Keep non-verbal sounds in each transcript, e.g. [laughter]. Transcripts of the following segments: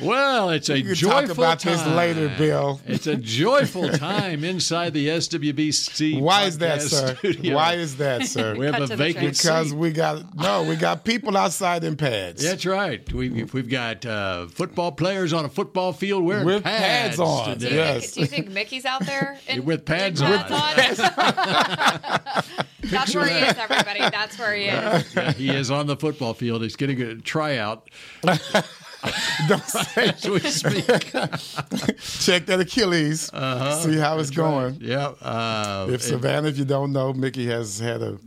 Well, it's a You can talk joyful about time. this later, Bill. It's [laughs] a joyful time inside the SWBC. Why is that, podcast sir? studio. Why is [laughs] that, sir? we have Cut a to the vacant chase. because seat. we got no, we got people outside in pads. That's right. We, we've got uh, football players on a football field wearing With pads on, today. yes. Do you think Mickey's out there in, With pads on. [laughs] That's where he is, everybody. That's where he is. Yeah, he is on the football field. He's getting a tryout [laughs] Don't say, [laughs] as we speak. check that Achilles. Uh-huh. See how it's going. Yeah. Uh, If Savannah, if you don't know, Mickey has had a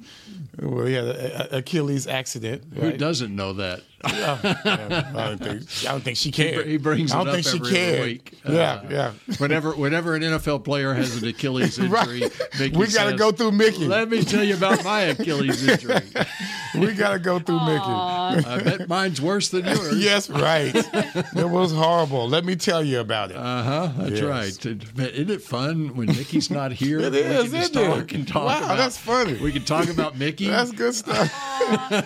well, he had a, a- Achilles accident. who right? doesn't know that? Yeah, I don't think I don't think she cared. [laughs] He brings it I don't up think she every cared. other week. Uh, yeah, yeah. Whenever, whenever an NFL player has an [laughs] Achilles Right. injury, Mickey We gotta says, go through Mickey. Let me tell you about my Achilles injury. We gotta go through Mickey. I bet mine's worse than [laughs] yours. Yes, [laughs] right. it was horrible. Let me tell you about Uh-huh. it. yes. that's right. But Isn't it fun when Mickey's not here? It we is, can just isn't it? talk and talk Wow, about- that's funny. We can talk about Mickey. That's good stuff.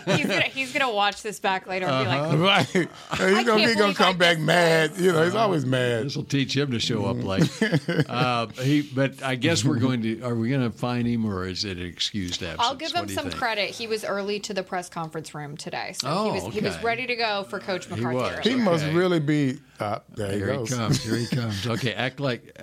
He's gonna, he's gonna watch this back later and [laughs] be like, [laughs] Right. He's gonna, he believe gonna I come back did mad. You know, he's always mad. This will teach him to show up late. Mm. [laughs] Uh, he, but I guess we're going to. Are we going to find him, or is it an excused absence? I'll give What him do you some think? credit. He was early to the press conference room today, so Oh, he was he was okay. ready to go for Coach McCarthy. was. He early. must Okay. really be. Uh, there he Here he goes. comes. Here he comes. Okay, act like,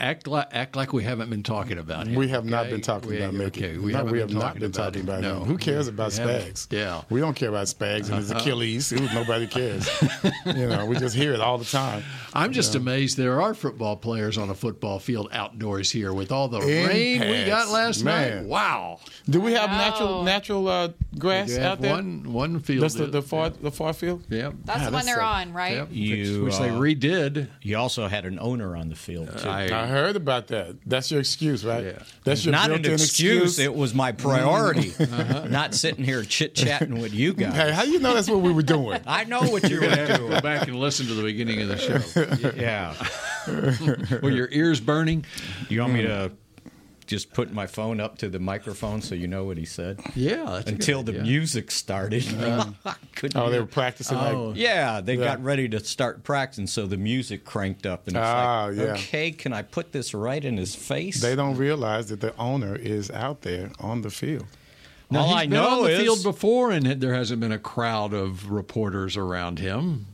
act like, act like we haven't been talking about him. [laughs] We have not okay? been talking We- about Mickey. Okay, we no, haven't we been have not talking been about talking him. about him. No. Who cares We about haven't. Spags? Yeah. Uh-huh. we don't care about Spags and his Achilles. It was- nobody [laughs] cares. you know, we just hear it all the time. I'm just amazed there are football players on a football field outdoors here with all the In rain we pads. got last night. Man. Wow. Do we have No. natural natural uh, grass You out have there? one one field. That's the, that- the far the far field. Yeah. That's the Yeah, one that's they're a- on, right? Yep. You, which, which they uh, redid. You also had an owner on the field too. I heard about that. That's your excuse, right? Yeah. That's your not an built-in Uh-huh. excuse. It was my [laughs] priority. Not sitting here chit chatting with you guys. hey, how you know that's what we were [laughs] doing? I know what you were have to doing. go back and listen to the beginning of the [laughs] show. Yeah. Were your ears burning? You want me to just put my phone up to the microphone so you know what he said? Yeah. that's a Until good the idea. music started. [laughs] Couldn't oh, they hear. were practicing. Like, Yeah, they Yeah. got ready to start practicing, so the music cranked up, and it's Ah, like, yeah. okay, can I put this right in his face? they don't realize that the owner is out there on the field. Now, All he's I been know on the is field before, and there hasn't been a crowd of reporters around him.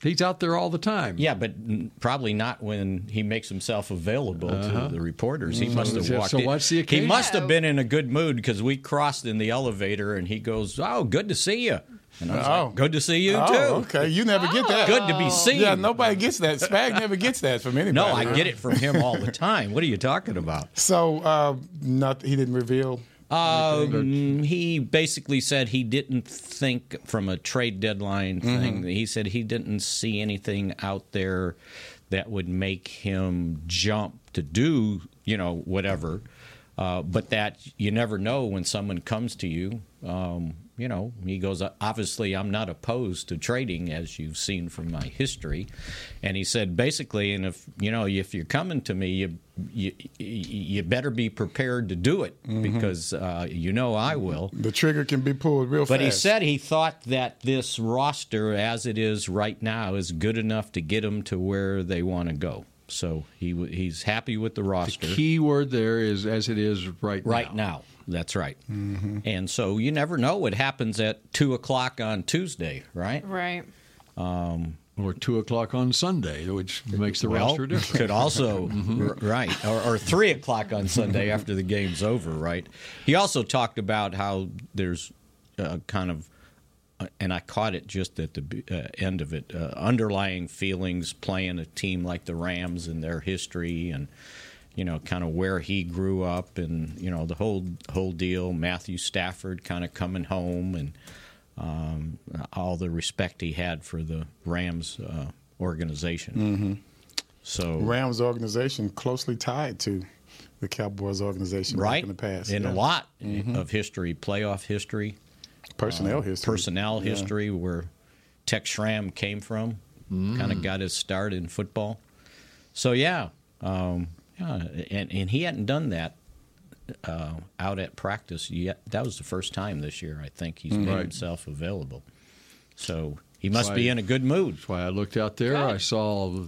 He's out there all the time. Yeah, but n- probably not when he makes himself available to the reporters. He must have So- walked. so in- what's the He occasion? must have No. been in a good mood because we crossed in the elevator, and he goes, "Oh, good to see you." And I was Oh. like, "Good to see you oh, too. okay. You never get that. Good to be seen." Yeah, nobody gets that. Spag never gets that from anybody. no, I [laughs] get it from him all the time. What are you talking about? So, uh, not he didn't reveal. Uh. Um, he basically said he didn't think from a trade deadline thing. He said he didn't see anything out there that would make him jump to do you know whatever. Uh, but that you never know when someone comes to you. Um, you know, he goes. Obviously, I'm not opposed to trading, as you've seen from my history. And he said basically, and if you know, if you're coming to me, you you, you better be prepared to do it because uh, you know I will. The trigger can be pulled real fast. But he said he thought that this roster, as it is right now, is good enough to get them to where they want to go. So he w- he's happy with the roster Key word there is as it is right now. right now. That's right. And so you never know what happens at two o'clock on Tuesday, right? Right. Or two o'clock on Sunday, which makes the Well, [laughs] roster different. could also r- right or, or three o'clock on Sunday after the game's over. Right. He also talked about how there's uh, kind of, uh, and I caught it just at the be- uh, end of it. Uh, underlying feelings playing a team like the Rams and their history and. You know, kind of where he grew up, and you know the whole whole deal. Matthew Stafford kind of coming home, and um, all the respect he had for the Rams uh, organization. So Rams organization closely tied to the Cowboys organization back right in the past. in a yeah. lot of history, playoff history, personnel history. personnel Yeah. history, where Tech Schramm came from, kind of got his start in football. So yeah, um, yeah, and and he hadn't done that uh, out at practice yet. That was the first time this year, I think, he's made Right. himself available. So he must be why- in a good mood. That's why I looked out there. I saw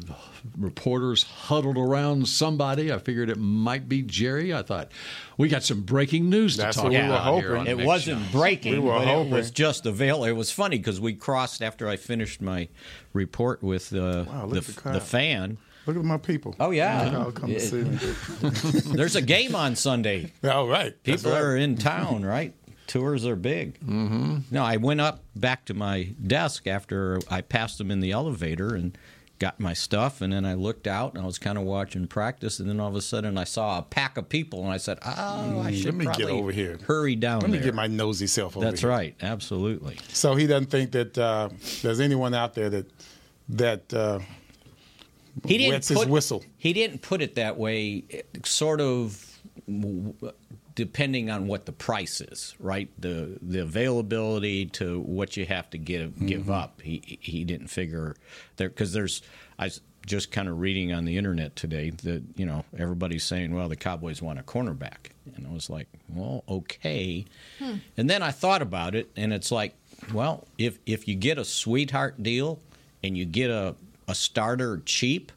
reporters huddled around somebody. I figured it might be Jerry. I thought we got some breaking news That's to what talk we were about here. hoping. on It Mix wasn't Shots. breaking, We were but hoping. it was just available. It was funny because we crossed after I finished my report with uh, the, Wow, look at the crowd. the fan. Look at my people. Oh, yeah. They all come to see me. There's a game on Sunday. [laughs] All right. That's People right. are in town, right? Tours are big. Mm-hmm. No, I went up back to my desk after I passed them in the elevator and got my stuff, and then I looked out and I was kind of watching practice, and then all of a sudden I saw a pack of people, and I said, "Oh, I should Mm, let me get probably over here. Hurry down Let me there." get my nosy self over That's here. right, absolutely. So he doesn't think that uh, there's anyone out there that that uh, He didn't wets put, his whistle. He didn't put it that way. it- Sort of w- w- depending on what the price is, right? The the availability to what you have to give give Mm-hmm. up. He he didn't figure there because there's I was just kind of reading on the internet today that you know everybody's saying, well, the Cowboys want a cornerback, and I was like, well, okay. And then I thought about it, and it's like, well, if if you get a sweetheart deal and you get a a starter cheap,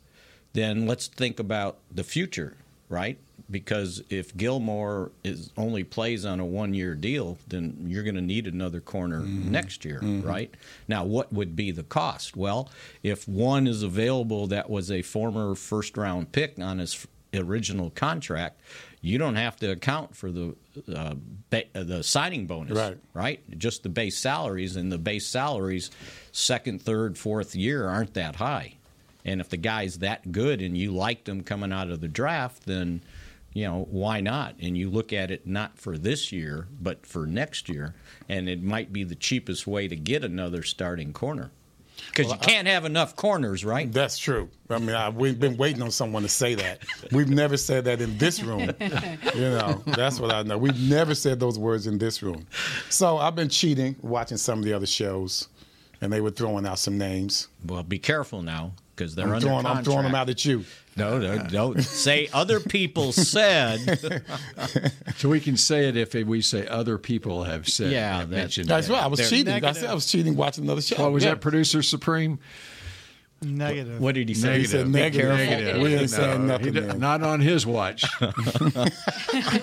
then let's think about the future, right? Because if Gilmore is only plays on a one-year deal, then you're going to need another corner next year, right? Now, what would be the cost? Well, if one is available that was a former first-round pick on his original contract, you don't have to account for the uh, ba- uh, the signing bonus, Right. Right? Just the base salaries, and the base salaries, second, third, fourth year aren't that high. And if the guy's that good and you liked him coming out of the draft, then you know why not? And you look at it not for this year, but for next year, and it might be the cheapest way to get another starting corner because you can't have enough corners, right? That's true. I mean, I, we've been waiting on someone to say that. We've never said that in this room. You know, that's what I know. We've never said those words in this room. So I've been cheating, watching some of the other shows, and they were throwing out some names. well, be careful now because they're I'm under throwing, I'm throwing them out contract. at you. No, [laughs] no, don't say other people said. So we can say it if we say other people have said. Yeah, have that- mentioned That's that. right. I was They're cheating. I said negative. I was cheating watching another show. What was Yeah. that producer supreme? Negative. What did he say? He said Be negative. careful. Negative. We ain't No, saying he nothing. d- then. not on his watch. [laughs]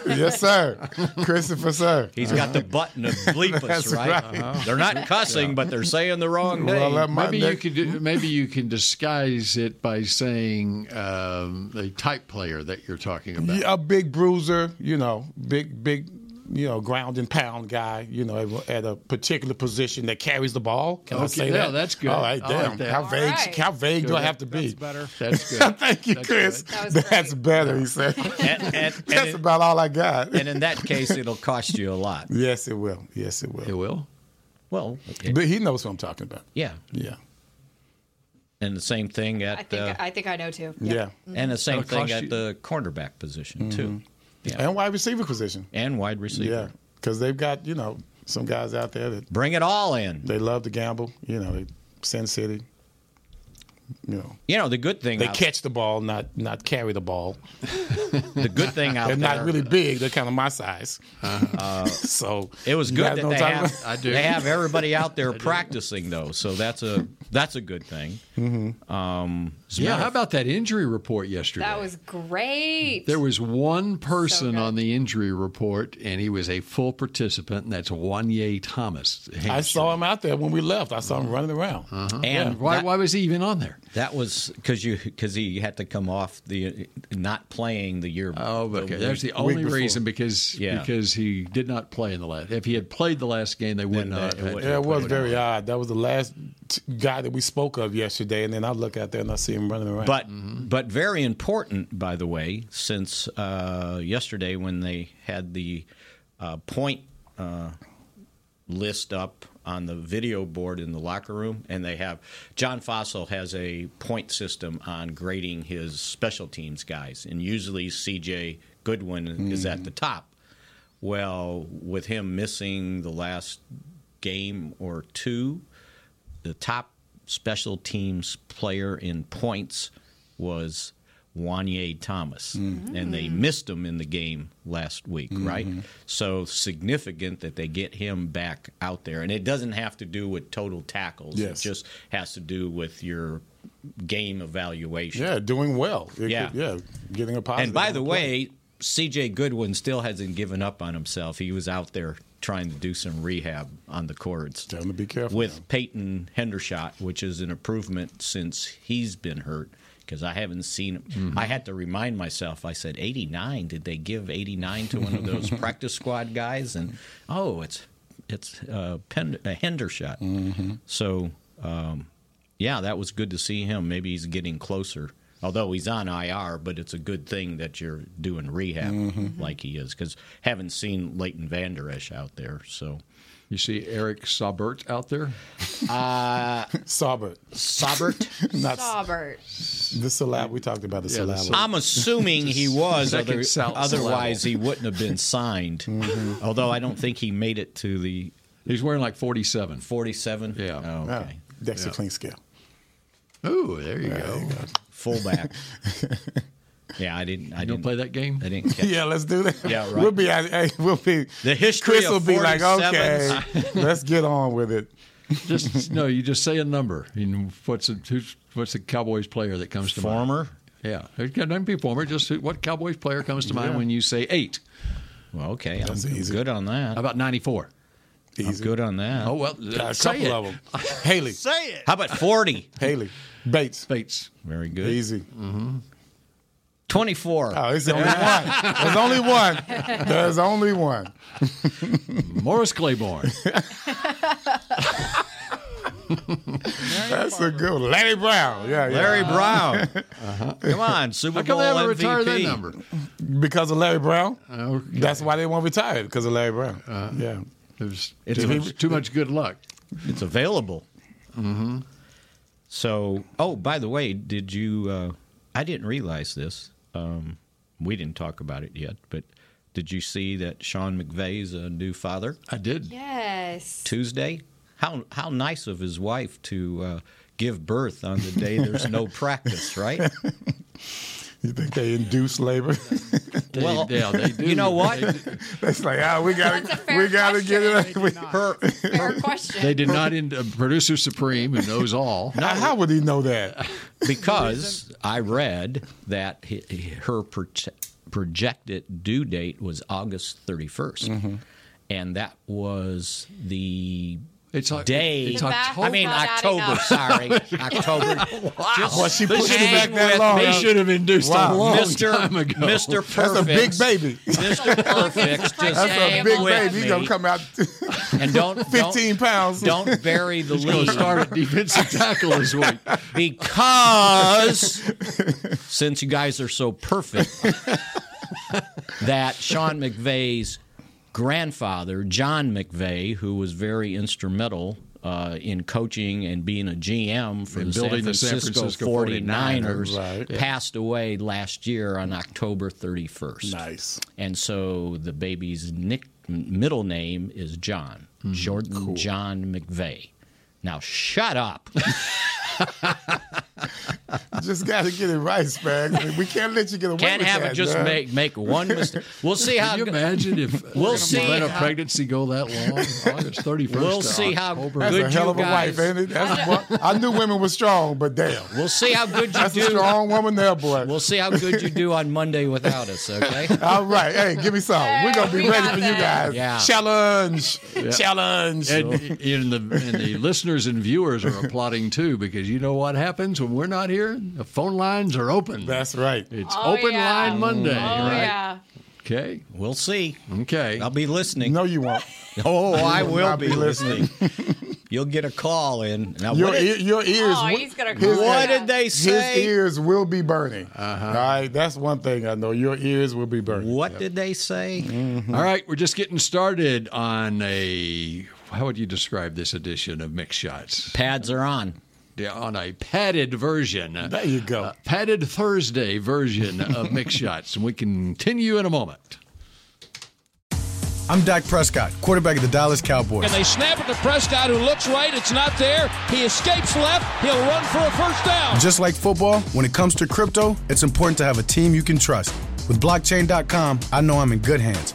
yes, [laughs] sir. Christopher, sir. He's got the button to bleep us, [laughs] That's right? Uh-huh. right. They're not cussing, but they're saying the wrong name. Well, that might maybe you next- could do, maybe you can disguise it by saying um, the type player that you're talking about. Yeah, a big bruiser, you know, big, big, you know, ground and pound guy, you know, at a particular position that carries the ball. Can I Okay, say yeah, that? that's good. All right, I like damn. that. How All vague? right. How vague do I have to be? That's [laughs] better. That's good. Thank you, Chris. That was That's great. better. He [laughs] said. And, and- and [laughs] that's in- about all I got. and in that case, it'll cost you a lot. [laughs] yes, it will. Yes, it will. It will. Well, okay. But he knows what I'm talking about. yeah, Yeah. and the same thing I at think uh, I mm-hmm. think I know too. Yeah. and the same That'll cost thing at you. the cornerback position too, And wide receiver position. and wide receiver. Mm-hmm. Yeah. Because they've got, you know, some guys out there that Bring it all in. they love to gamble. You know, they Sin City. You know. You know the good thing. They out, catch the ball, not not carry the ball. the good [laughs] thing out They're there. Uh-huh. not really big. They're kind of my size. [laughs] so Uh, It was you good guys that know they what I'm have, talking [laughs] I do. they have [laughs] everybody out there practicing though, so that's a that's a good thing. Mm-hmm. Um, Yeah. How about that injury report yesterday? That was great. There was one person good. on the injury report, and he was a full participant, and that's Wanye Thomas. [laughs] about. I saw him out there when we left. I saw Mm-hmm. him running around. And Why, that- why was he even on there? That was because you because he had to come off the not playing the year. Oh, okay. That's the week only before. reason because Yeah. because he did not play in the last. If he had played the last game, they would Then not. that- have it had would- Yeah, to it was play. very odd. That was the last t- guy that we spoke of yesterday, and then I look out there and I see him running around. But but very important, by the way, since uh, yesterday when they had the uh, point uh, list up on the video board in the locker room, and they have John Fossil has a point system on grading his special teams guys, and usually CJ Goodwin is at the top. Well, with him missing the last game or two, the top special teams player in points was Wanye Thomas, and they missed him in the game last week, right? So significant that they get him back out there, and it doesn't have to do with total tackles. Yes. It just has to do with your game evaluation. Yeah, doing well. It Yeah. could- yeah, getting a positive. And by the play. way, CJ Goodwin still hasn't given up on himself. He was out there trying to do some rehab on the cords. Tell him to be careful With now. Peyton Hendershot, which is an improvement since he's been hurt. Because I haven't seen him. I had to remind myself, I said, 89. Did they give 89 to one of those practice squad guys? And, oh, it's it's uh, Pen- uh, Hendershot. So, um, yeah, that was good to see him. Maybe he's getting closer. Although he's on IR, but it's a good thing that you're doing rehab like he is, because haven't seen Leighton Vander Esch out there. So You see Eric Sabert out there? Saubert, [laughs] Sobert, not Robert. the syllable. We talked about the the syllable. syllable. I'm assuming he was, second other- sal- otherwise he wouldn't have been signed. Mm-hmm. Although I don't think he made it to the He's wearing like 47. 47. Yeah. Oh, Yeah, okay. Dexter Clean Scale. Ooh, there you go. Fullback. yeah, I didn't. I You don't didn't play that game? I didn't [laughs] catch. Yeah, let's do that. Yeah, right. We'll be at hey, we'll be The history Chris of will be like, 47s. [laughs] okay, let's get on with it. Just no. You just say a number. And what's a, who's, what's the Cowboys player that comes to mind? Former. Yeah, it can not be former. Just who- what Cowboys player comes to mind when you say eight? Well, okay, I'm That's easy. good on that. How about ninety-four? I'm Easy. good on that. Oh well, Got a say uh, couple it. of them. [laughs] Haley, How about 40? Haley, Bates, Bates. Very good. Mm. easy. 24. Oh, it's the only one. There's only one. There's only one. Morris Claiborne. That's a good one. Larry Brown. Yeah, yeah. Larry [laughs] Brown. Come on, Super Uh-huh. How Bowl come they haven't MVP. retired that number? Because of Larry Brown. Okay. That's why they won't retire it, because of Larry Brown. Uh. yeah. It was It's too, a- much, too much good luck. It's available. Mm-hmm. So, oh, by the way, did you? Uh, I didn't realize this. Um, we didn't talk about it yet, but did you see that Sean McVay's a new father I did. Yes. Tuesday? How how nice of his wife to uh, give birth on the day there's [laughs] no practice, right? You think they induce labor? [laughs] They- well, yeah, they do. [laughs] you know what? That's like, ah, we got That's a to, fair we got to get it. question. Up. Her Fair question. They did not. End, uh, Producer supreme who knows all. How, how would he know that? because I read that hi- hi- her proje- projected due date was August 31st. And that was the It's Oc- day. it's The back October. I mean, not adding October, up. sorry. October. Just Well, she pushed hang it back that with long. me. [laughs] They should have induced Wow. a long Mr. time ago. [laughs] Mr. Perfect. That's a big baby. Mr. Perfect. Just That's That's hang a big with baby. Me. He's going to come out [laughs] And don't, don't- 15 pounds. Don't bury the Going lead. to start at defensive tackle this week. [laughs] [laughs] because since you guys are so perfect, that Sean McVeigh's grandfather, John McVeigh, who was very instrumental uh, in coaching and being a GM for In the, building San the San Francisco Francisco 49ers, 49ers, right. passed away last year on October 31st. Nice. And so the baby's nick middle name is John, Hmm, Jordan John McVeigh. Now shut up. Just got to get it right, Spag. We can't let you get away Can't with have that, it just man. make make [laughs] one mistake. We'll see how Can you imagine if We'll you see let a how- pregnancy go that long? August 31st. we'll to see how [laughs] October. That's good a hell you of a guys. wife, ain't it? That's what, I knew women were strong, but damn. We'll see how good you That's a do. strong woman there, [laughs] boy. We'll see how good you do on Monday without us. [laughs] Okay. All right. Hey, give me some. We're going to be we ready got for you that. guys. Yeah. Challenge. Challenge. And, and, the, and the listeners and viewers are applauding too because you know what happens when we're not here? The phone lines are open. [laughs] That's right. it's Oh, open yeah. line Monday, Oh right? yeah. Okay. We'll see. Okay. I'll be listening. No, [laughs] you won't. Oh, I will not be be listening. You'll get a call in. Now, Your, what, did, ear, your ears. Oh, wi- he's gonna his- cry. what did they His say? Uh-huh. ears will be burning. All right, that's one thing I know. Your ears will be burning. Mm-hmm. What did they say? All right. We're just getting started on a how would you describe this edition of Mix Shots? Pads are on. Yeah, on a padded version. There you go. A padded Thursday version of [laughs] Mix Shots. And we continue in a moment. I'm Dak Prescott, quarterback of the Dallas Cowboys. And they snap it to Prescott, who looks right. It's not there. He escapes left. He'll run for a first down. Just like football, when it comes to crypto, it's important to have a team you can trust. With blockchain.com, I know I'm in good hands.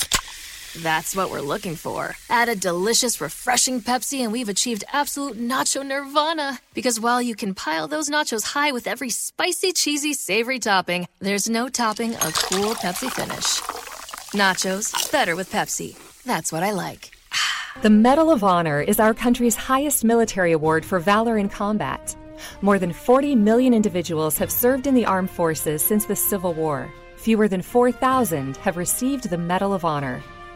That's what we're looking for. Add a delicious, refreshing Pepsi, and we've achieved absolute nacho nirvana. Because while you can pile those nachos high with every spicy, cheesy, savory topping, there's no topping a cool Pepsi finish. Nachos, better with Pepsi. That's what I like. The Medal of Honor is our country's highest military award for valor in combat. More than 40 million individuals have served in the armed forces since the Civil War. Fewer than 4,000 have received the Medal of Honor.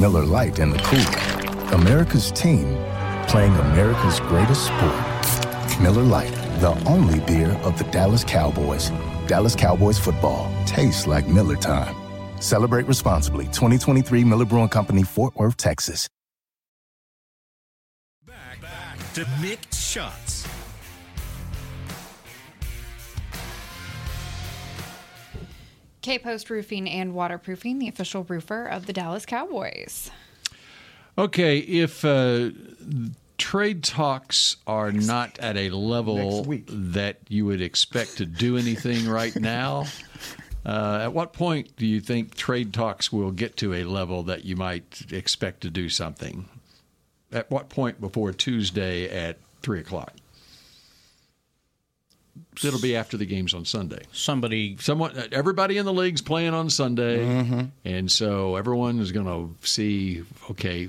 Miller Lite in the cooler. America's team playing America's greatest sport. Miller Lite, the only beer of the Dallas Cowboys. Dallas Cowboys football tastes like Miller time. Celebrate responsibly. 2023 Miller Brewing Company, Fort Worth, Texas. Back, To Mix Shots. K Post Roofing and Waterproofing, the official roofer of the Dallas Cowboys. Oh, Okay, if uh, trade talks are not at a level Next week. that you would expect to do anything right [laughs] now, uh, at what point do you think trade talks will get to a level that you might expect to do something? At what point before Tuesday at three o'clock? It'll be after the games on Sunday Somebody someone everybody in the league's playing on Sunday, and so everyone is going to see. Okay,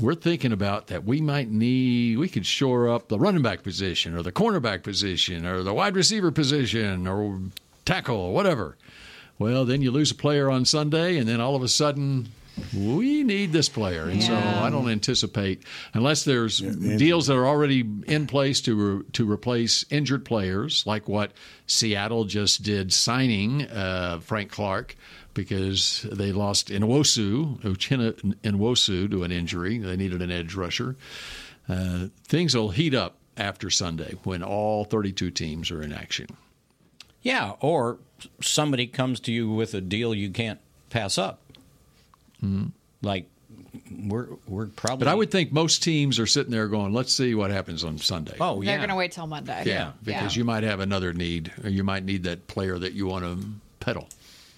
we're thinking about that. We might need. We could shore up the running back position, or the cornerback position, or the wide receiver position, or tackle, or whatever. Well, then you lose a player on Sunday, and then all of a sudden. We need this player, and so I don't anticipate unless there's deals that are already in place to re- to replace injured players, like what Seattle just did signing uh, Frank Clark because they lost Nwosu, Uchenna Nwosu to an injury. They needed an edge rusher. Uh, things will heat up after Sunday when all 32 teams are in action. Yeah, or somebody comes to you with a deal you can't pass up. Mm-hmm. Like we're we're probably. But I would think most teams are sitting there going, "Let's see what happens on Sunday." Oh yeah. They're going to wait till Monday. Yeah, because you might have another need, or you might need that player that you want to pedal.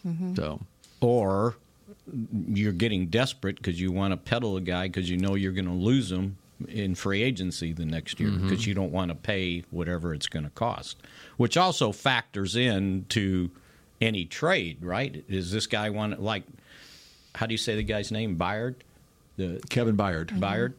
Mm-hmm. So, Or you're getting desperate because you want to peddle a guy because you know you're going to lose him in free agency the next year because you don't want to pay whatever it's going to cost, which also factors in to any trade. Right? Is this guy want like? How do you say the guy's name? Byard. The Kevin Byard, Mm-hmm. Byard?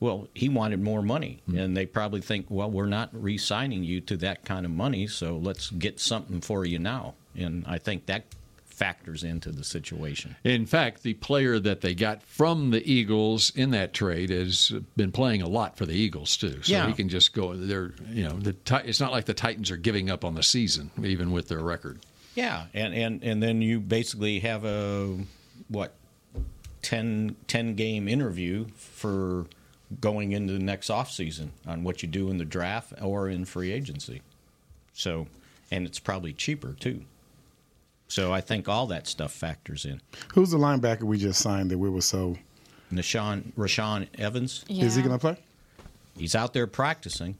Well, he wanted more money, and they probably think, well, we're not re-signing you to that kind of money, so let's get something for you now. And I think that factors into the situation. In fact, the player that they got from the Eagles in that trade has been playing a lot for the Eagles too. So Yeah. he can just go there. You know, the Ti- it's not like the Titans are giving up on the season, even with their record. Yeah, and and and then you basically have a what 10, 10 game interview for going into the next offseason on what you do in the draft or in free agency. So, and it's probably cheaper too. So I think all that stuff factors in. Who's the linebacker we just signed that we were so? Nashawn Rashawn Evans. Yeah. Is he going to play? He's out there practicing.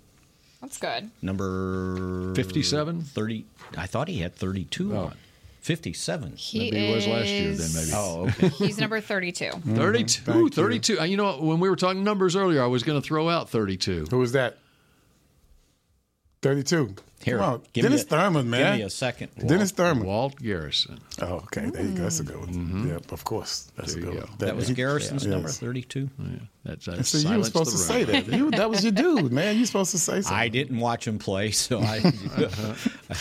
That's good. Number 57? 30. I thought he had 32 Oh. on. 57. He Maybe he was last year then, maybe. is- Oh, okay. [laughs] He's number 32. 32. Ooh, 32. Uh, You know, what, when we were talking numbers earlier, I was going to throw out 32. Who was that? 32. [laughs] Here, Come on. give me Dennis a- Thurman, give man. me a second. Dennis Thurman. Walt Garrison. Oh, okay. There you go. That's a good one. Mm-hmm. Yep, of course. That's a good one. That was Garrison's Yes. number 32. That's, And that's So you were supposed to say that. You, that was your dude, man. You supposed to say something. [laughs] I didn't watch him play, so [laughs] I, [laughs]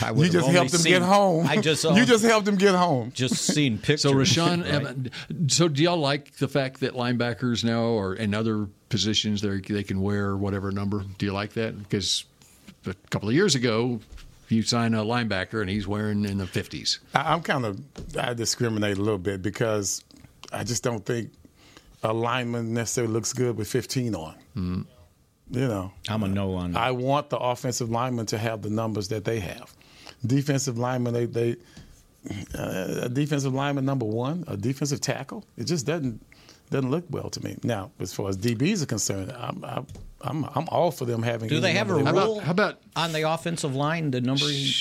I would you just helped him get home. I just [laughs] uh, you just helped him get home. just seen pictures. [laughs] So Rashawn, right? Evan- so do y'all like the fact that linebackers now or in other positions they they can wear whatever number? Do you like that? Because a couple of years ago, you sign a linebacker and he's wearing in the fifties. I, I'm kind of I discriminate a little bit because I just don't think a lineman necessarily looks good with 15 on. You know, Mm-hmm. I'm a no on. I want the offensive lineman to have the numbers that they have. Defensive lineman, they they uh, a defensive lineman number one, a defensive tackle. It just doesn't doesn't look well to me. Now, as far as DBs are concerned, I'm I'm I'm, I'm all for them having. Do any they have a number rule they want. how about- on the offensive line? The number, you,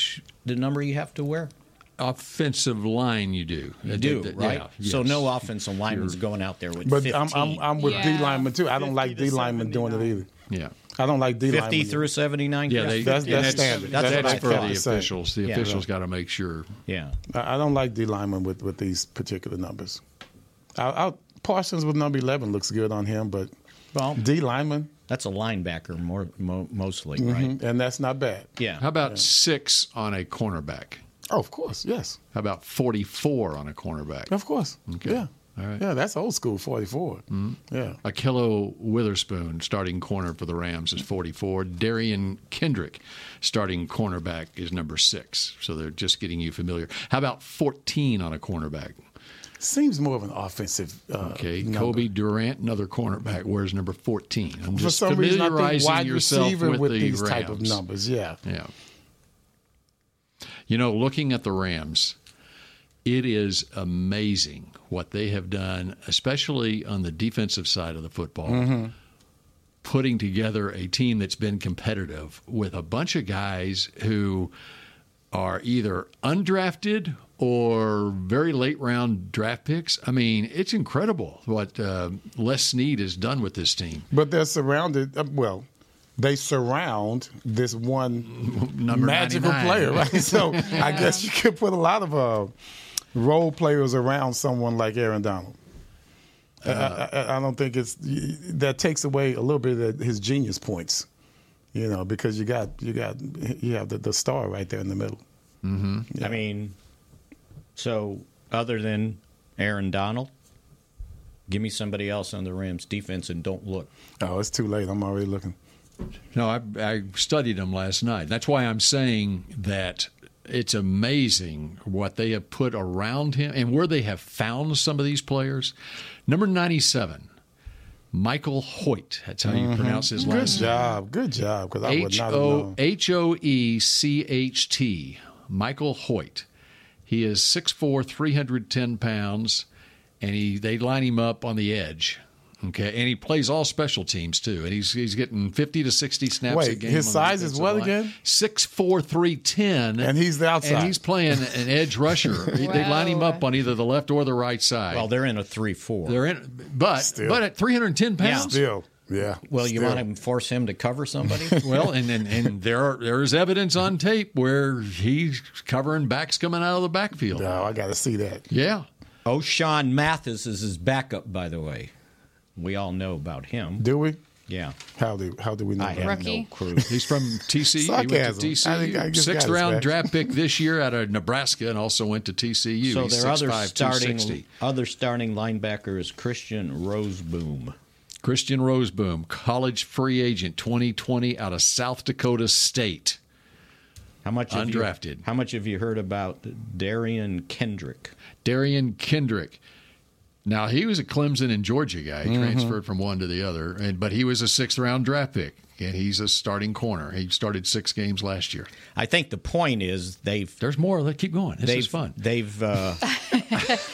the number you have to wear. Offensive line, you do. Uh, You do right. so no offensive lineman's going out there with. But 15. I'm, I'm I'm with D Yeah. lineman too. I don't like D lineman doing it either. Yeah. I don't like D 50 lineman. through 79. Yeah, Chris? they, That's- that's, that's that's, standard. That's, That's what for I thought. the officials. The Yeah. officials got to make sure. yeah. I I don't like D lineman with, with these particular numbers. I, I, Parsons with number eleven looks good on him, but Oh. Well, D lineman, that's a linebacker more mo- mostly, right? and that's not bad. Yeah. How about six on a cornerback? Oh, of course, yes, How about forty-four on a cornerback? of course. Okay. Yeah, All right. Mm-hmm. yeah, that's old school forty Yeah, Akello Witherspoon, starting corner for the Rams, is 44. Darian Kendrick, starting cornerback, is number six. So they're just getting you familiar. How about 14 on a cornerback? seems more of an offensive. Uh, Okay, number. Kobe Durant, another cornerback, wears number 14. I'm For just some reason, I think familiarizing wide yourself receiver with, with, the these Rams. type of numbers. Yeah, Yeah. You know, looking at the Rams, it is amazing what they have done, especially on the defensive side of the football, putting together a team that's been competitive with a bunch of guys who are either undrafted or very late round draft picks. I mean, it's incredible what uh, Les Snead has done with this team. but they're surrounded. Uh, well, they surround this one [laughs] Number magical 99. player, [laughs] right? So I guess you could put a lot of uh, role players around someone like Aaron Donald. I- Uh. I, I, I don't think it's that takes away a little bit of his genius points, you know, because you got you got you have the, the star right there in the middle. I mean, so other than Aaron Donald, give me somebody else on the Rams defense and don't look. Oh, it's too late. I'm already looking. No, I, I studied them last night. That's why I'm saying that it's amazing what they have put around him and where they have found some of these players. Number 97, Michael Hoyt. That's how you pronounce his Good last name. job, good job. Because I would H not have O known. H O E C H T, Michael Hoyt. He is 6'4, 310 pounds, and he they line him up on the edge. Okay, and he plays all special teams too, and he's he's getting fifty to sixty snaps a Wait, game. his on the size is defensive what line. again? Six four three ten, And he's the outside. and he's playing an edge rusher. They line him Wow. up on either the left or the right side. Well, they're in a three-four. they're in, but Still. but at three hundred and ten pounds, Still, yeah. well, you still. want to force him to cover [laughs] somebody? Well, and and, and there are, there is evidence on tape where he's covering backs coming out of the backfield. No, Oh, I got to see that. Yeah, oh, Sean Mathis is his backup, by the way. We all know about him. Do we? Yeah, How do how do we know? I have that? Rookie. no [laughs] clue. he's from TCU. He went Sarcasm. to I think I TCU, just sixth got his round back. draft [laughs] pick this year out of Nebraska, and also went to TCU. So he's their other 6'5", 260. starting other starting linebacker is Christian Roseboom. Christian Roseboom, college free agent, 2020, out of South Dakota State. How much have you- Undrafted. how much have you heard about Darian Kendrick? Darian Kendrick. Now he was a Clemson and Georgia guy. He transferred from one to the other, and but he was a sixth round draft pick, and he's a starting corner. He started six games last year. I think the point is they've There's more. Let keep going. This they've is fun. [laughs] They've uh,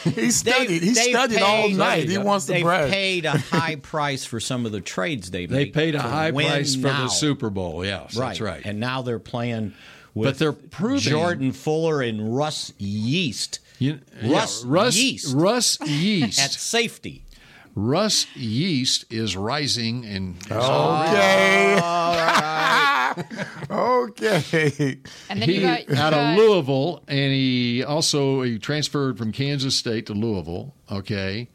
he studied. He studied all night. He wants to they've brag. paid a high price for some of the trades they They make. paid a to high win price for now. the Super Bowl. Yes, right. that's right. And now they're playing with But they're proving- Jordan Fuller and Russ Yeast. Yeah, Russ, Russ Yeast [laughs] Russ Yeast. at safety. Russ Yeast is rising in. Okay. [laughs] okay. And then you He- got- you out got- of Louisville, and he also he transferred from Kansas State to Louisville. Okay.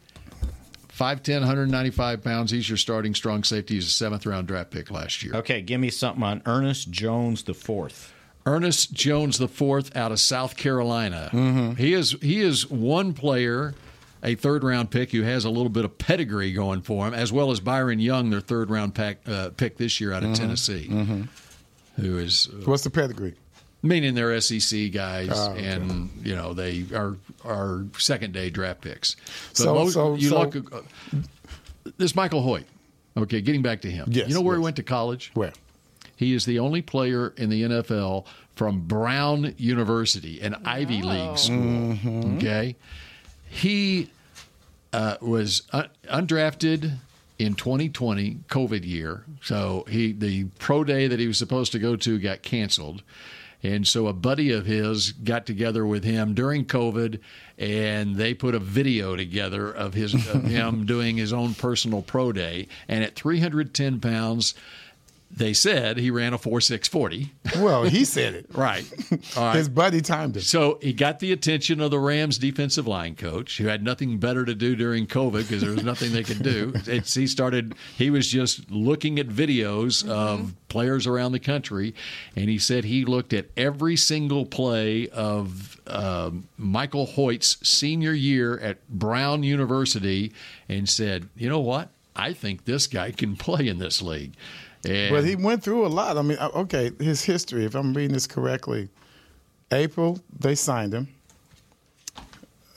5'10", 195 pounds. He's your starting strong safety. He's a seventh round draft pick last year. Okay, give me something on Ernest Jones the fourth. Ernest Jones the fourth out of South Carolina. He is he is one player, a third round pick who has a little bit of pedigree going for him, as well as Byron Young, their third round pack, uh, pick this year out of Tennessee, who is uh, What's the pedigree? meaning they're SEC guys Oh, okay. and you know they are are second day draft picks. But So- mo- so- you so- look uh, this Michael Hoyt. Okay, getting back to him. Yes, you know where he yes. went to college? Where? He is the only player in the NFL from Brown University, an Ivy Oh. League school. Mm-hmm. Okay. He uh, was un- undrafted in 2020, COVID year. So he the pro day that he was supposed to go to got canceled. And so a buddy of his got together with him during COVID, and they put a video together of his of him doing his own personal pro day. And at 310 pounds, they said he ran a 4640. Well, he said it. Right. [laughs] All right. His buddy timed it. So he got the attention of the Rams defensive line coach, who had nothing better to do during COVID because there was nothing they [laughs] could do. It's, he started, he was just looking at videos Mm-hmm. of players around the country, and he said he looked at every single play of um, Michael Hoyt's senior year at Brown University and said, you know what? I think this guy can play in this league. And But he went through a lot. I mean, uh, okay, his history, if I'm reading this correctly, April, they signed him.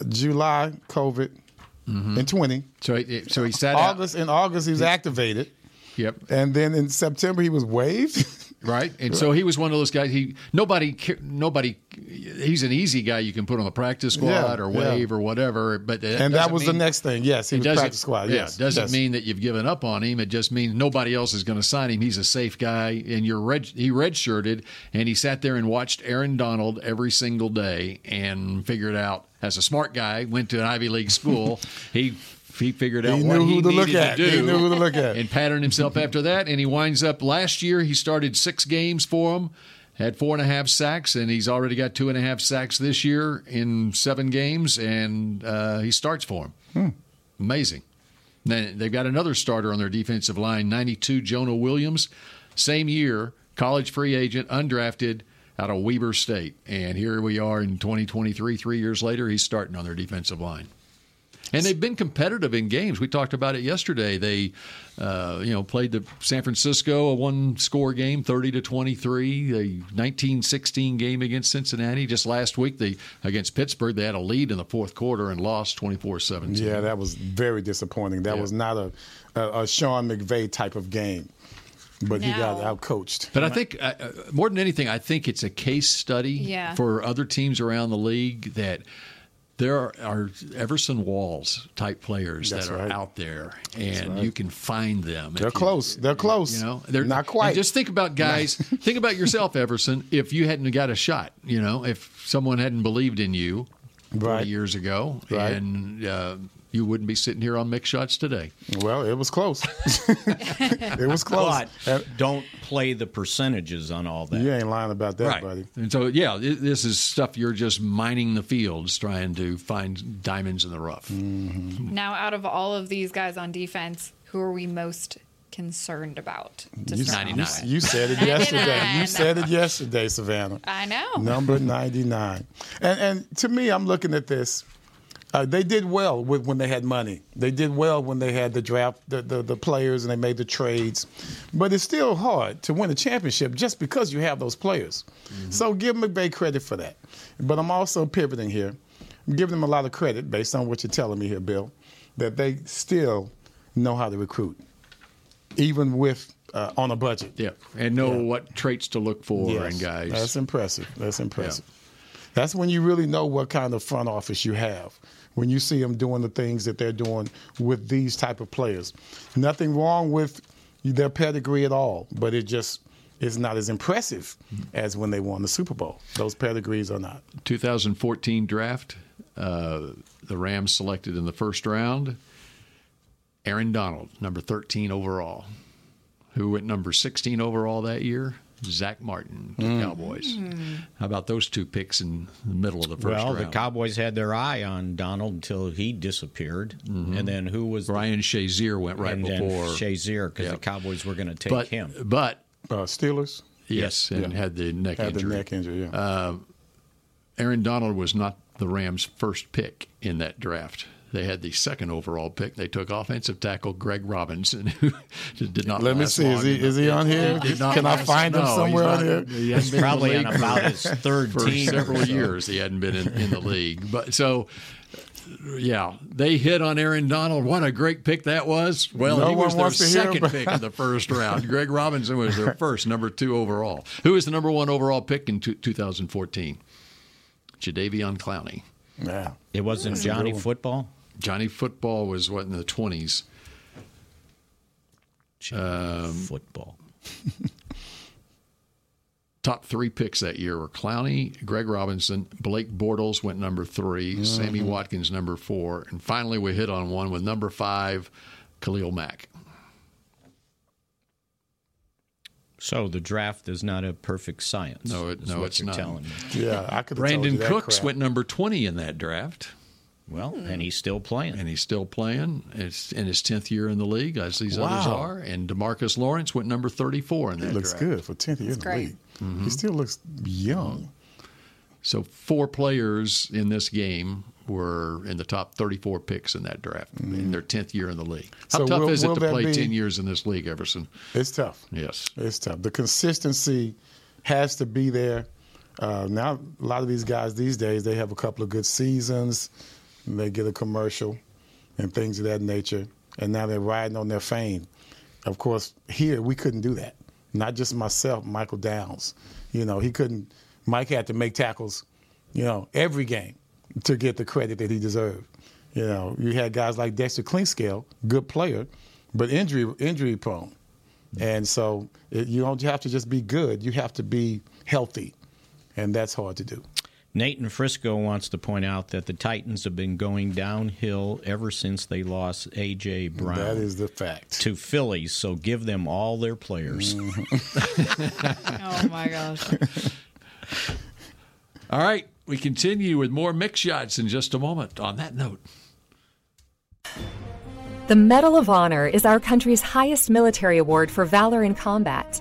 July, COVID, in 20. so, he- so he sat out. August, in August, he was activated. Yep. And then in September, he was waived. [laughs] Right, and so he was one of those guys. He nobody, ca- nobody. He's an easy guy you can put on the practice squad Yeah, or yeah. waive or whatever. But and that doesn't was mean- the next thing. Yes, he it was doesn't- practice squad. yeah, Yes. doesn't yes. mean that you've given up on him. It just means nobody else is going to sign him. He's a safe guy, and you're red, he redshirted, and he sat there and watched Aaron Donald every single day and figured out. As a smart guy, went to an Ivy [laughs] League school. he he figured out He what knew he who to needed look at. to do. He knew who to look at. [laughs] And patterned himself after that, and he winds up last year. He started six games for him, had four and a half sacks, and he's already got two and a half sacks this year in seven games, and uh, he starts for him. Hmm. Amazing. Then they've got another starter on their defensive line, 92 Jonah Williams, same year, college free agent, undrafted out of Weber State. And here we are in 2023, three years later, he's starting on their defensive line. And they've been competitive in games. We talked about it yesterday. They, uh, you know, played the San Francisco a one-score game, thirty to twenty-three. The nineteen sixteen game against Cincinnati just last week. They against Pittsburgh, they had a lead in the fourth quarter and lost 24-17. Yeah, that was very disappointing. That Yeah. was not a, a, a Sean McVay type of game, but he got No. out coached. But I think, uh, uh, more than anything, I think it's a case study Yeah. for other teams around the league that there are, are Everson Walls type players That's that are right. out there, and you can find them. if They're you- close. They're close. You know, they're not and quite. Just think [laughs] about guys. think about yourself, Everson. If you hadn't got a shot, you know, if someone hadn't believed in you 20 Right. years ago, Right. and uh, you wouldn't be sitting here on mixed shots today. well, it was [laughs] close. [laughs] it was close. But don't play the percentages on all that. You ain't lying about that, buddy. And so, yeah, thi- this is stuff you're just mining the fields, trying to find diamonds in the rough. Mm. Now, out of all of these guys on defense, who are we most concerned about? to You, start off you, 99. with? you said it yesterday. 99. You said it yesterday, Savannah. I know. Number 99. And and to me, I'm looking at this. Uh, they did well with when they had money. They did well when they had the draft, the, the, the players, and they made the trades. But it's still hard to win a championship just because you have those players. So give McVay credit for that. But I'm also pivoting here. I'm giving them a lot of credit based on what you're telling me here, Bill, that they still know how to recruit, even with uh, on a budget. Yeah. And know what traits to look for in guys. That's impressive. That's impressive. That's when you really know what kind of front office you have. When you see them doing the things that they're doing with these type of players, nothing wrong with their pedigree at all, but it just is not as impressive as when they won the Super Bowl. Those pedigrees are not. 2014 draft, uh, the Rams selected in the first round Aaron Donald, number 13 overall. Who went number 16 overall that year? Zach Martin, the Mm. Cowboys. Mm. How about those two picks in the middle of the first well, round? the Cowboys had their eye on Donald until he disappeared, and then who was Mm-hmm. Brian Shazier went right and before. then Shazier because Yep. the Cowboys were going to take but, him. But uh, Steelers. Yes, Yeah. and Yeah. had the neck Had the injury. neck injury, yeah. Uh, Aaron Donald was not the Rams' first pick in that draft. They had the second overall pick. They took offensive tackle Greg Robinson, [laughs] who did not. Let me last see, is long he- in the- is he on here? Did not Can I last- find him no, he's somewhere on not- here? he He's hasn't been in the probably league on about his third for team or several so. years. He hadn't been in, in the league, but so. Yeah, they hit on Aaron Donald. What a great pick that was! Well, No he one was their wants to hear second about- pick in the first round. Greg Robinson [laughs] was their first, number two overall. Who was the number one overall pick in two, 2014? Jadavion Clowney. Yeah, it wasn't That's a Johnny good one. Football. Johnny Football was what in the twenties. Um, football. top three picks that year were Clowney, Greg Robinson, Blake Bortles went number 3 Sammy Mhm. Watkins number four, and finally we hit on one with number five, Khalil Mack. So the draft is not a perfect science. No, it, is no, what it's you're not. Telling me. Brandon Cooks went number twenty in that draft. Well, and he's still playing. Mm-hmm. And he's still playing. It's in his tenth year in the league, as these others Wow. are. And Demarcus Lawrence went number thirty-four in that. He looks draft. good for 10th year in That's Mm-hmm. the great. league. He still looks young. So four players in this game were in the top 34 picks in that draft in their 10th year in the league. How So tough will- is it will to that play be- 10 years in this league, Everson? It's tough. Yes. It's tough. The consistency has to be there. Uh, now, a lot of these guys these days, they have a couple of good seasons, and they get a commercial and things of that nature, and now they're riding on their fame. Of course, here, we couldn't do that. Not just myself, Michael Downs. You know, he couldn't, Mike had to make tackles, you know, every game to get the credit that he deserved. You know, you had guys like Dexter Clinkscale, good player, but injury injury prone. And so it, you don't have to just be good, you have to be healthy. And that's hard to do. Nate in Frisco wants to point out that the Titans have been going downhill ever since they lost A.J. Brown. That is the fact. To Philly, so give them all their players. Mm. Oh my gosh. All right, we continue with more mix shots in just a moment. On that note, The Medal of Honor is our country's highest military award for valor in combat.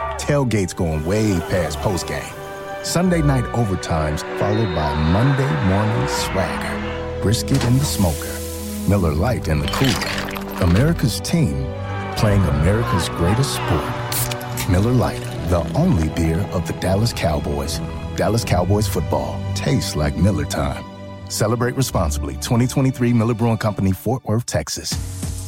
Tailgates going way past postgame. Sunday night overtimes followed by Monday morning swagger. Brisket in the smoker. Miller Lite in the cooler. America's team playing America's greatest sport. Miller Lite, the only beer of the Dallas Cowboys. Dallas Cowboys football tastes like Miller time. Celebrate responsibly. 2023 Miller Brewing Company, Fort Worth, Texas.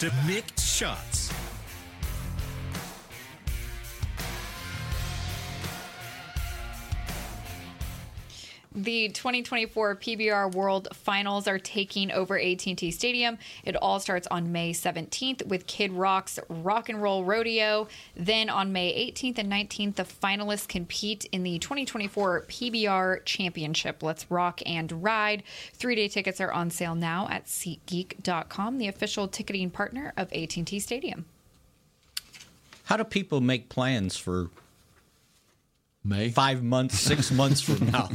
to Mick Shots. The 2024 PBR World Finals are taking over AT&T Stadium. It all starts on May 17th with Kid Rock's Rock and Roll Rodeo. Then on May 18th and 19th, the finalists compete in the 2024 PBR Championship. Let's rock and ride. Three-day tickets are on sale now at SeatGeek.com, the official ticketing partner of AT&T Stadium. How do people make plans for May? Five months, six [laughs] months from now.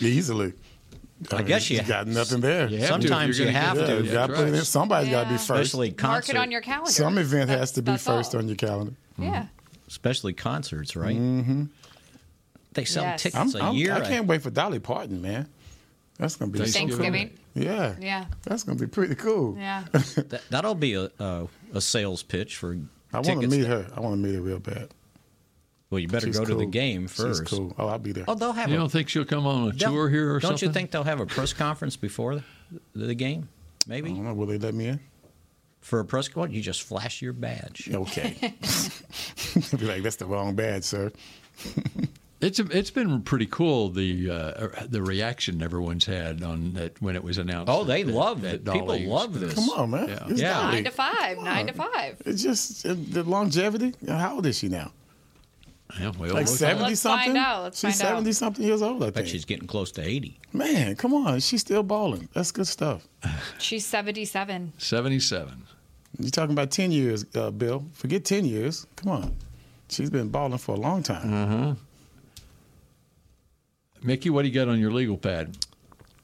Easily. I, mean, guess you, got nothing there. You have to if Sometimes you're you gonna have get- to. Yeah, you gotta That's put it right. in. Somebody's got to be Yeah. first. Especially Mark it on concert. your calendar. Some event That's- has to be that's all. first on your calendar. Yeah. especially concerts, right? Mhm. They sell Yes. tickets I'm- a I'm- year. I can't wait for Dolly Parton, man. That's gonna be so cool. Thanksgiving. Yeah. Yeah. That's gonna be pretty cool. Yeah. that, that'll be a, a a sales pitch for. I want to tickets. meet her. I want to meet her real bad. Well, you better She's go to the cool. game She's first. cool. Oh, I'll be there. Oh, they'll have. You a, don't think she'll come on a they'll- tour here or don't something? you think they'll have a press conference before the, the game? Maybe. I don't know. Will they let me in? For a press conference, you just flash your badge. Okay. [laughs] be like, that's the wrong badge, sir. It's it's been pretty cool the uh, the reaction everyone's had on that when it was announced. Oh, they that- love that it. People Dolly- love this. Come on, man. Yeah. It's Yeah. Dolly. Nine to five. Nine to five. It's just uh, the longevity. How old is she now? Yeah, well, Like look- seventy Let's find something. out. Let's she's find out. seventy something years old. I But think. she's getting close to eighty. Man, come on, she's still balling. That's good stuff. She's 77. 77. You're talking about ten years, uh, Bill. Forget ten years. Come on, she's been balling for a long time. Mickey, what do you got on your legal pad?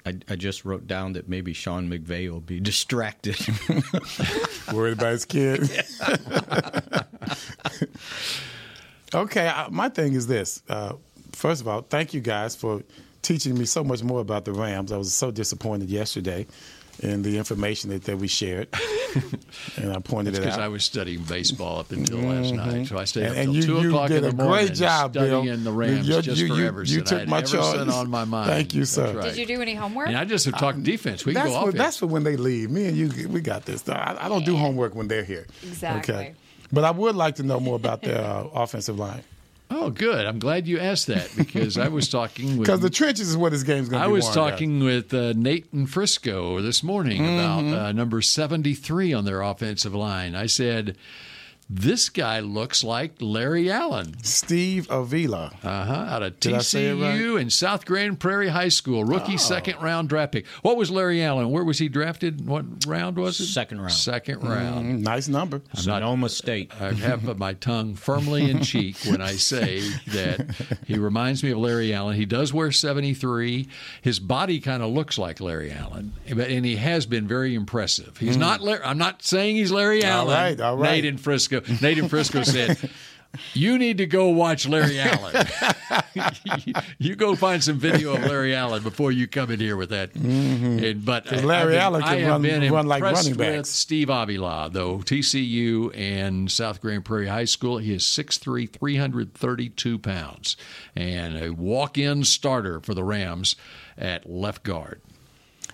I, I just wrote down that maybe Sean McVay will be [laughs] distracted. Worried about his kid. [laughs] okay, I, my thing is this. Uh, first of all, thank you guys for teaching me so much more about the Rams. I was so disappointed yesterday in the information that, that we [laughs] shared, and I pointed it Because out. I was studying baseball up until Mm-hmm. last night, so I stayed up And- and until you- two you o'clock in did the a great morning job, Bill. studying the Rams You- just you- for you- Everson. you took I had my Everson charge. on my mind. Thank you, sir. Um, That's right. Did you do any homework? and I just have talked defense. We can that's go for, offense. That's for when they leave. Me and you, we got this. I, I don't do homework when they're here. Exactly. Okay. But I would like to know more about their uh, offensive line oh, good. I'm glad you asked that because I was [laughs] talking with because the trenches is where this game's going to I be. was won, guys. talking with uh, Nathan Frisco this morning Mm-hmm. about uh, number 73 on their offensive line. I said, This guy looks like Larry Allen Steve Avila. uh-huh, out of Did I say it right? Oh. TCU and South Grand Prairie High School, rookie second round draft pick. What was Larry Allen? Where was he drafted? What round was it? Second round. Second round. Mm, nice number. Sonoma State. I have my tongue firmly in cheek when I say that he reminds me of Larry Allen. He does wear 73. His body kind of looks like Larry Allen, but and he has been very impressive. He's not. Larry, I'm not saying he's Larry Hmm. All Allen. right, all right. Nate in Frisco. Nate in Frisco said. You need to go [laughs] watch Larry Allen. you go find some video of [laughs] Larry Allen before you come in here with that. And, but I- Mm-hmm. Larry I've been- Allen can I have run- been run like impressed running with backs. Steve Avila, though, TCU and South Grand Prairie High School. He is 6'3, 332 pounds, and a walk in starter for the Rams at left guard.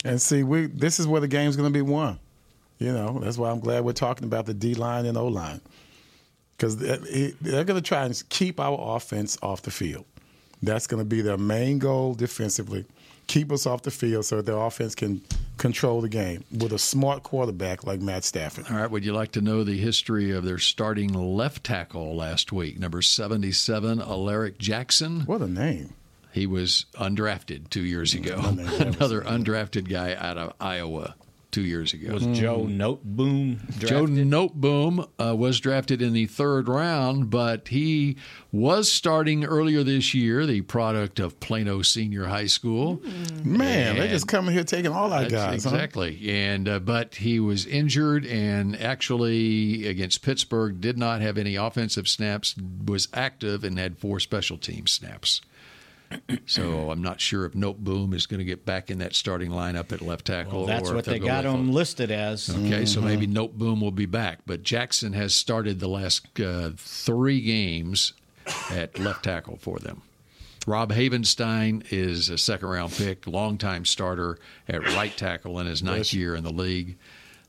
And see, we this is where the game's going to be won. You know, that's why I'm glad we're talking about the D line and O line because they're going to try and keep our offense off the field. That's going to be their main goal defensively. Keep us off the field so that their offense can control the game with a smart quarterback like Matt Stafford. All right, would you like to know the history of their starting left tackle last week? Number 77, Alaric Jackson. What a name! He was undrafted two years ago. Another undrafted guy out of Iowa two years ago. Was Joe Noteboom drafted? Joe Noteboom uh, was drafted in the third round, but he was starting earlier this year, the product of Plano Senior High School. Man, they And- just coming here taking all our That's guys. huh? exactly. And uh, but he was injured, and actually against Pittsburgh did not have any offensive snaps. Was active and had four special team snaps. So I'm not sure if Nope Boom is going to get back in that starting lineup at left tackle. Well, that's or if what they'll they go got with- them listed as. Okay, so Mm-hmm. maybe Nope Boom will be back, but Jackson has started the last uh, three games at left tackle for them. Rob Havenstein is a second round pick, longtime starter at right tackle in his ninth year in the league.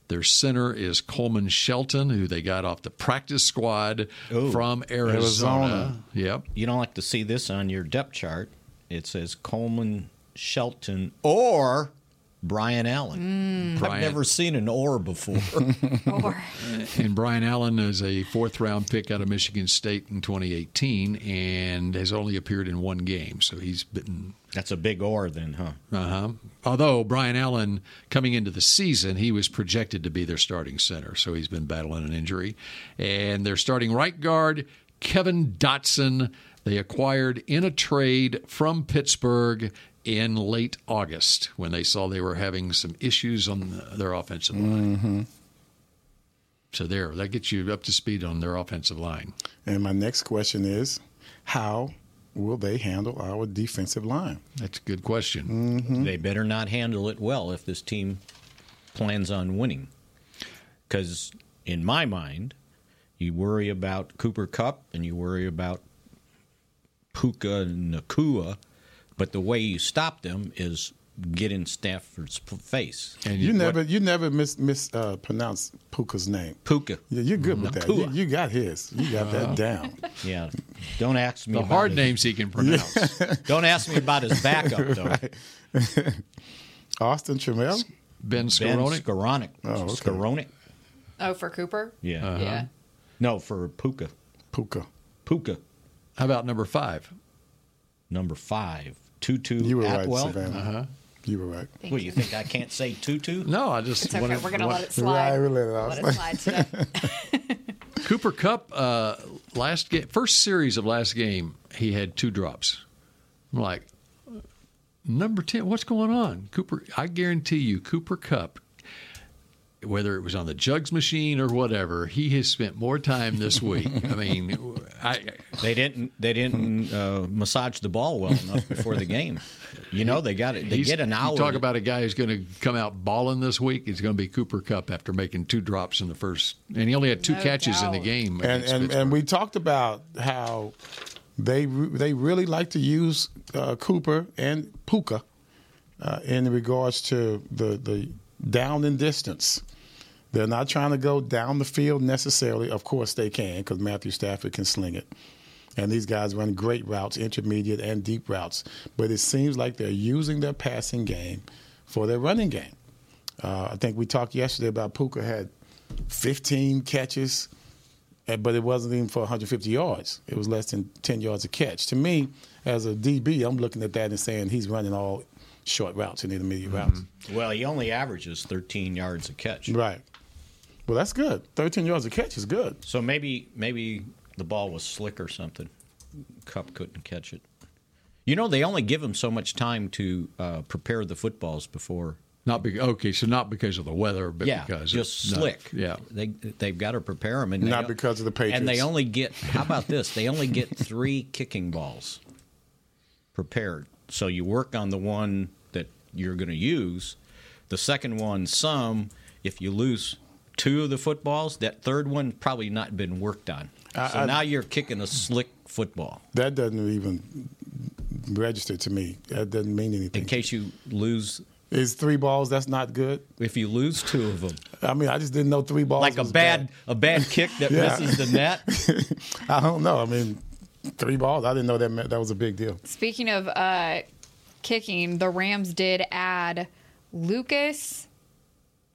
Their center is Coleman Shelton, who they got off the practice squad from Arizona. Yep. You don't like to see this on your depth chart. It says Coleman Shelton or Mm. Brian Allen. Mm-hmm. I've Brian- never seen an or before. [laughs] [laughs] and Brian Allen is a fourth round pick out of Michigan State in 2018 and has only appeared in one game. So he's been. That's a big or then, huh? Uh huh. Although Brian Allen, coming into the season, he was projected to be their starting center. So he's been battling an injury. And their starting right guard, Kevin Dotson, they acquired in a trade from Pittsburgh in late August when they saw they were having some issues on their offensive line. Mm-hmm. So there, that gets you up to speed on their offensive line. And my next question is, how will they handle our defensive line? That's a good question. Mm. Hmm? They better not handle it well if this team plans on winning. Because in my mind, you worry about Cooper Cup and you worry about Puka Nakua, but the way you stop them is get in Stafford's p- face. And You never, you never mis mis uh, pronounce Puka's name. Puka. Yeah, you're good with that. You, Nakua. you got his. You got Wow. that down. Yeah. Don't ask me The about hard his- names he [laughs] can pronounce. [laughs] Don't ask me about his backup though. Right. Austin Trammell, Ben Ben Skoranek. Oh, okay. Skoranek. Oh, for Cooper? Yeah. Uh-huh. Yeah. No, for Puka. Puka. Puka. How about number five? Number five. Tutu You were right, Atwell. Savannah. You were right. Thank Well, you. you think I can't say Tutu? No, I just It's okay. [laughs] We're going to let it Right, slide. we let it out. Let it slide today. Cooper Cup, uh, last game, first series of last game, he had two drops. I'm like, number 10, what's going on? Cooper, I guarantee you, Cooper Cup, whether it was on the jugs machine or whatever, he has spent more time this week. I mean, I, They didn't. They didn't uh, massage the ball well enough before the game. You know, they got it. They he's- get an hour. You talk about a guy who's going to come out balling this week. It's going to be Cooper Cup after making two drops in the first, and he only had two No catches in the doubt. game. And against and, Pittsburgh. and we talked about how they re- they really like to use uh, Cooper and Puka uh, in regards to the the down and distance. They're not trying to go down the field necessarily. Of course they can because Matthew Stafford can sling it. And these guys run great routes, intermediate and deep routes. But it seems like they're using their passing game for their running game. Uh, I think we talked yesterday about Puka had 15 catches, and- Uh, but it wasn't even for 150 yards. It was less than 10 yards a catch. To me, as a DB, I'm looking at that and saying he's running all short routes and intermediate routes. well, he only averages 13 yards a catch. Right. Well, that's good. 13 yards a catch is good. So maybe maybe the ball was slick or something. Cup couldn't catch it. You know, they only give him so much time to uh, prepare the footballs before. Not be, okay, so not because of the weather, but yeah, because just of, no, slick. yeah, they they've got to prepare him, and they Not don't- because of the Patriots. And they only get how about this? They only get three [laughs] kicking balls prepared. So you work on the one that you're going to use. The second one, some. If you lose two of the footballs, that third one probably not been worked on. I- so I- now you're kicking a slick football. That doesn't even register to me. That doesn't mean anything. In case you lose, Is three balls, that's not good? if you lose two of them, I mean, I just didn't know three balls. like a was bad a bad kick that [laughs] Yeah. misses the net. I don't know. I mean, three balls. I didn't know that meant that was a big deal. Speaking of uh, kicking, the Rams did add Lucas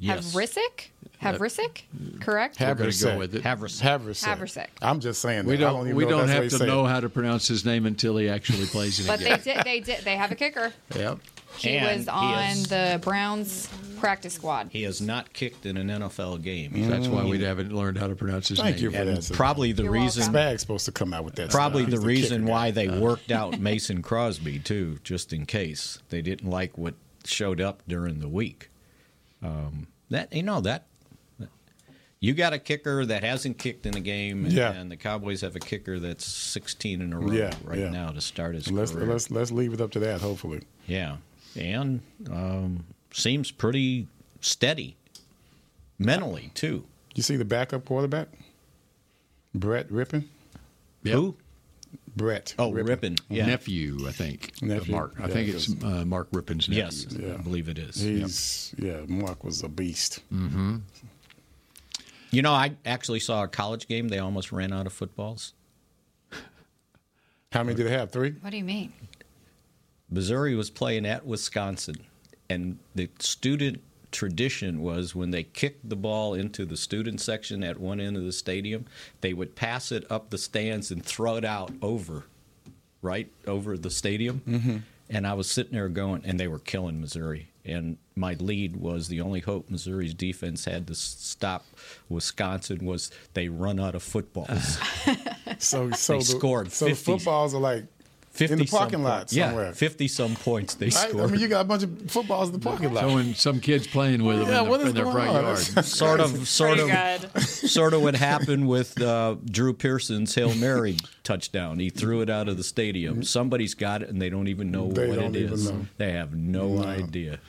Havrisic. Havrisic, correct? We're gonna go with it. Havers. Haversick. Haversick. I'm just saying. we that. I don't, even we know don't if that's have how to you say know it. how to pronounce his name until he actually plays in a But they game. did. They did. They have a kicker. Yep. He And was he on is- the Browns practice squad. He has not kicked in an NFL game. Mm-hmm. That's why we haven't learned how to pronounce his Mm. Thank name. you for that. Savannah. Probably the reason. Spag's supposed to come out with that. Probably stuff. the He's reason kicker. Uh. why they worked [laughs] out Mason Crosby too, just in case they didn't like what showed up during the week. Um, that you know that You got a kicker that hasn't kicked in a game, and, Yeah. and the Cowboys have a kicker that's 16 in a row Yeah, right yeah. now to start his Let's, career. let's let's leave it up to that. Hopefully, Yeah, and um, seems pretty steady mentally too. you see the backup quarterback, Brett Rippin. Who? Brett. Oh, Rippin. Yeah. Nephew, I think. of Nephew. Mark. I Yeah, think it it's is. uh, Mark Rippin's nephew. Yes, I believe it is. He's yeah. Mark was a beast. Mm. Mm-hmm. You know, I actually saw a college game. They almost ran out of footballs. How many did they have? Three. What do you mean? Missouri was playing at Wisconsin, and the student tradition was when they kicked the ball into the student section at one end of the stadium, they would pass it up the stands and throw it out over, right over the stadium. And I was sitting there going, and they were killing Missouri. And my lead was the only hope Missouri's defense had to s- stop Wisconsin was they run out of footballs. [laughs] So so They the, scored So 50. the footballs are like 50 in the some parking lot points. Yeah, somewhere. 50 some points they Right? scored. I mean, you got a bunch of footballs in the parking [laughs] lot. So when some kids playing with them Yeah, in, what the, is in their going front on? yard. sort of sort Pretty of sort of what happened with uh, Drew Pearson's Hail Mary touchdown. He threw it out of the stadium. Somebody's got it and they don't even know Mm-hmm. They what don't it even is. know. They have no, idea.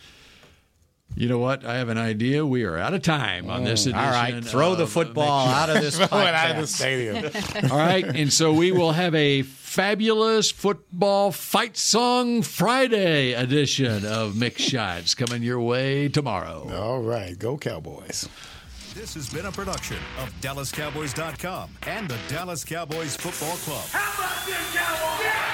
You know what? I have an idea. We are out of time on this edition. Mm. All right, throw the of football Mixed out of this Throw it out of the podcast. stadium. All right, and so we will have a fabulous football fight song Friday edition of Mix Shots coming your way tomorrow. All right, go Cowboys. This has been a production of DallasCowboys.com and the Dallas Cowboys Football Club. How about this, Cowboys? Yeah!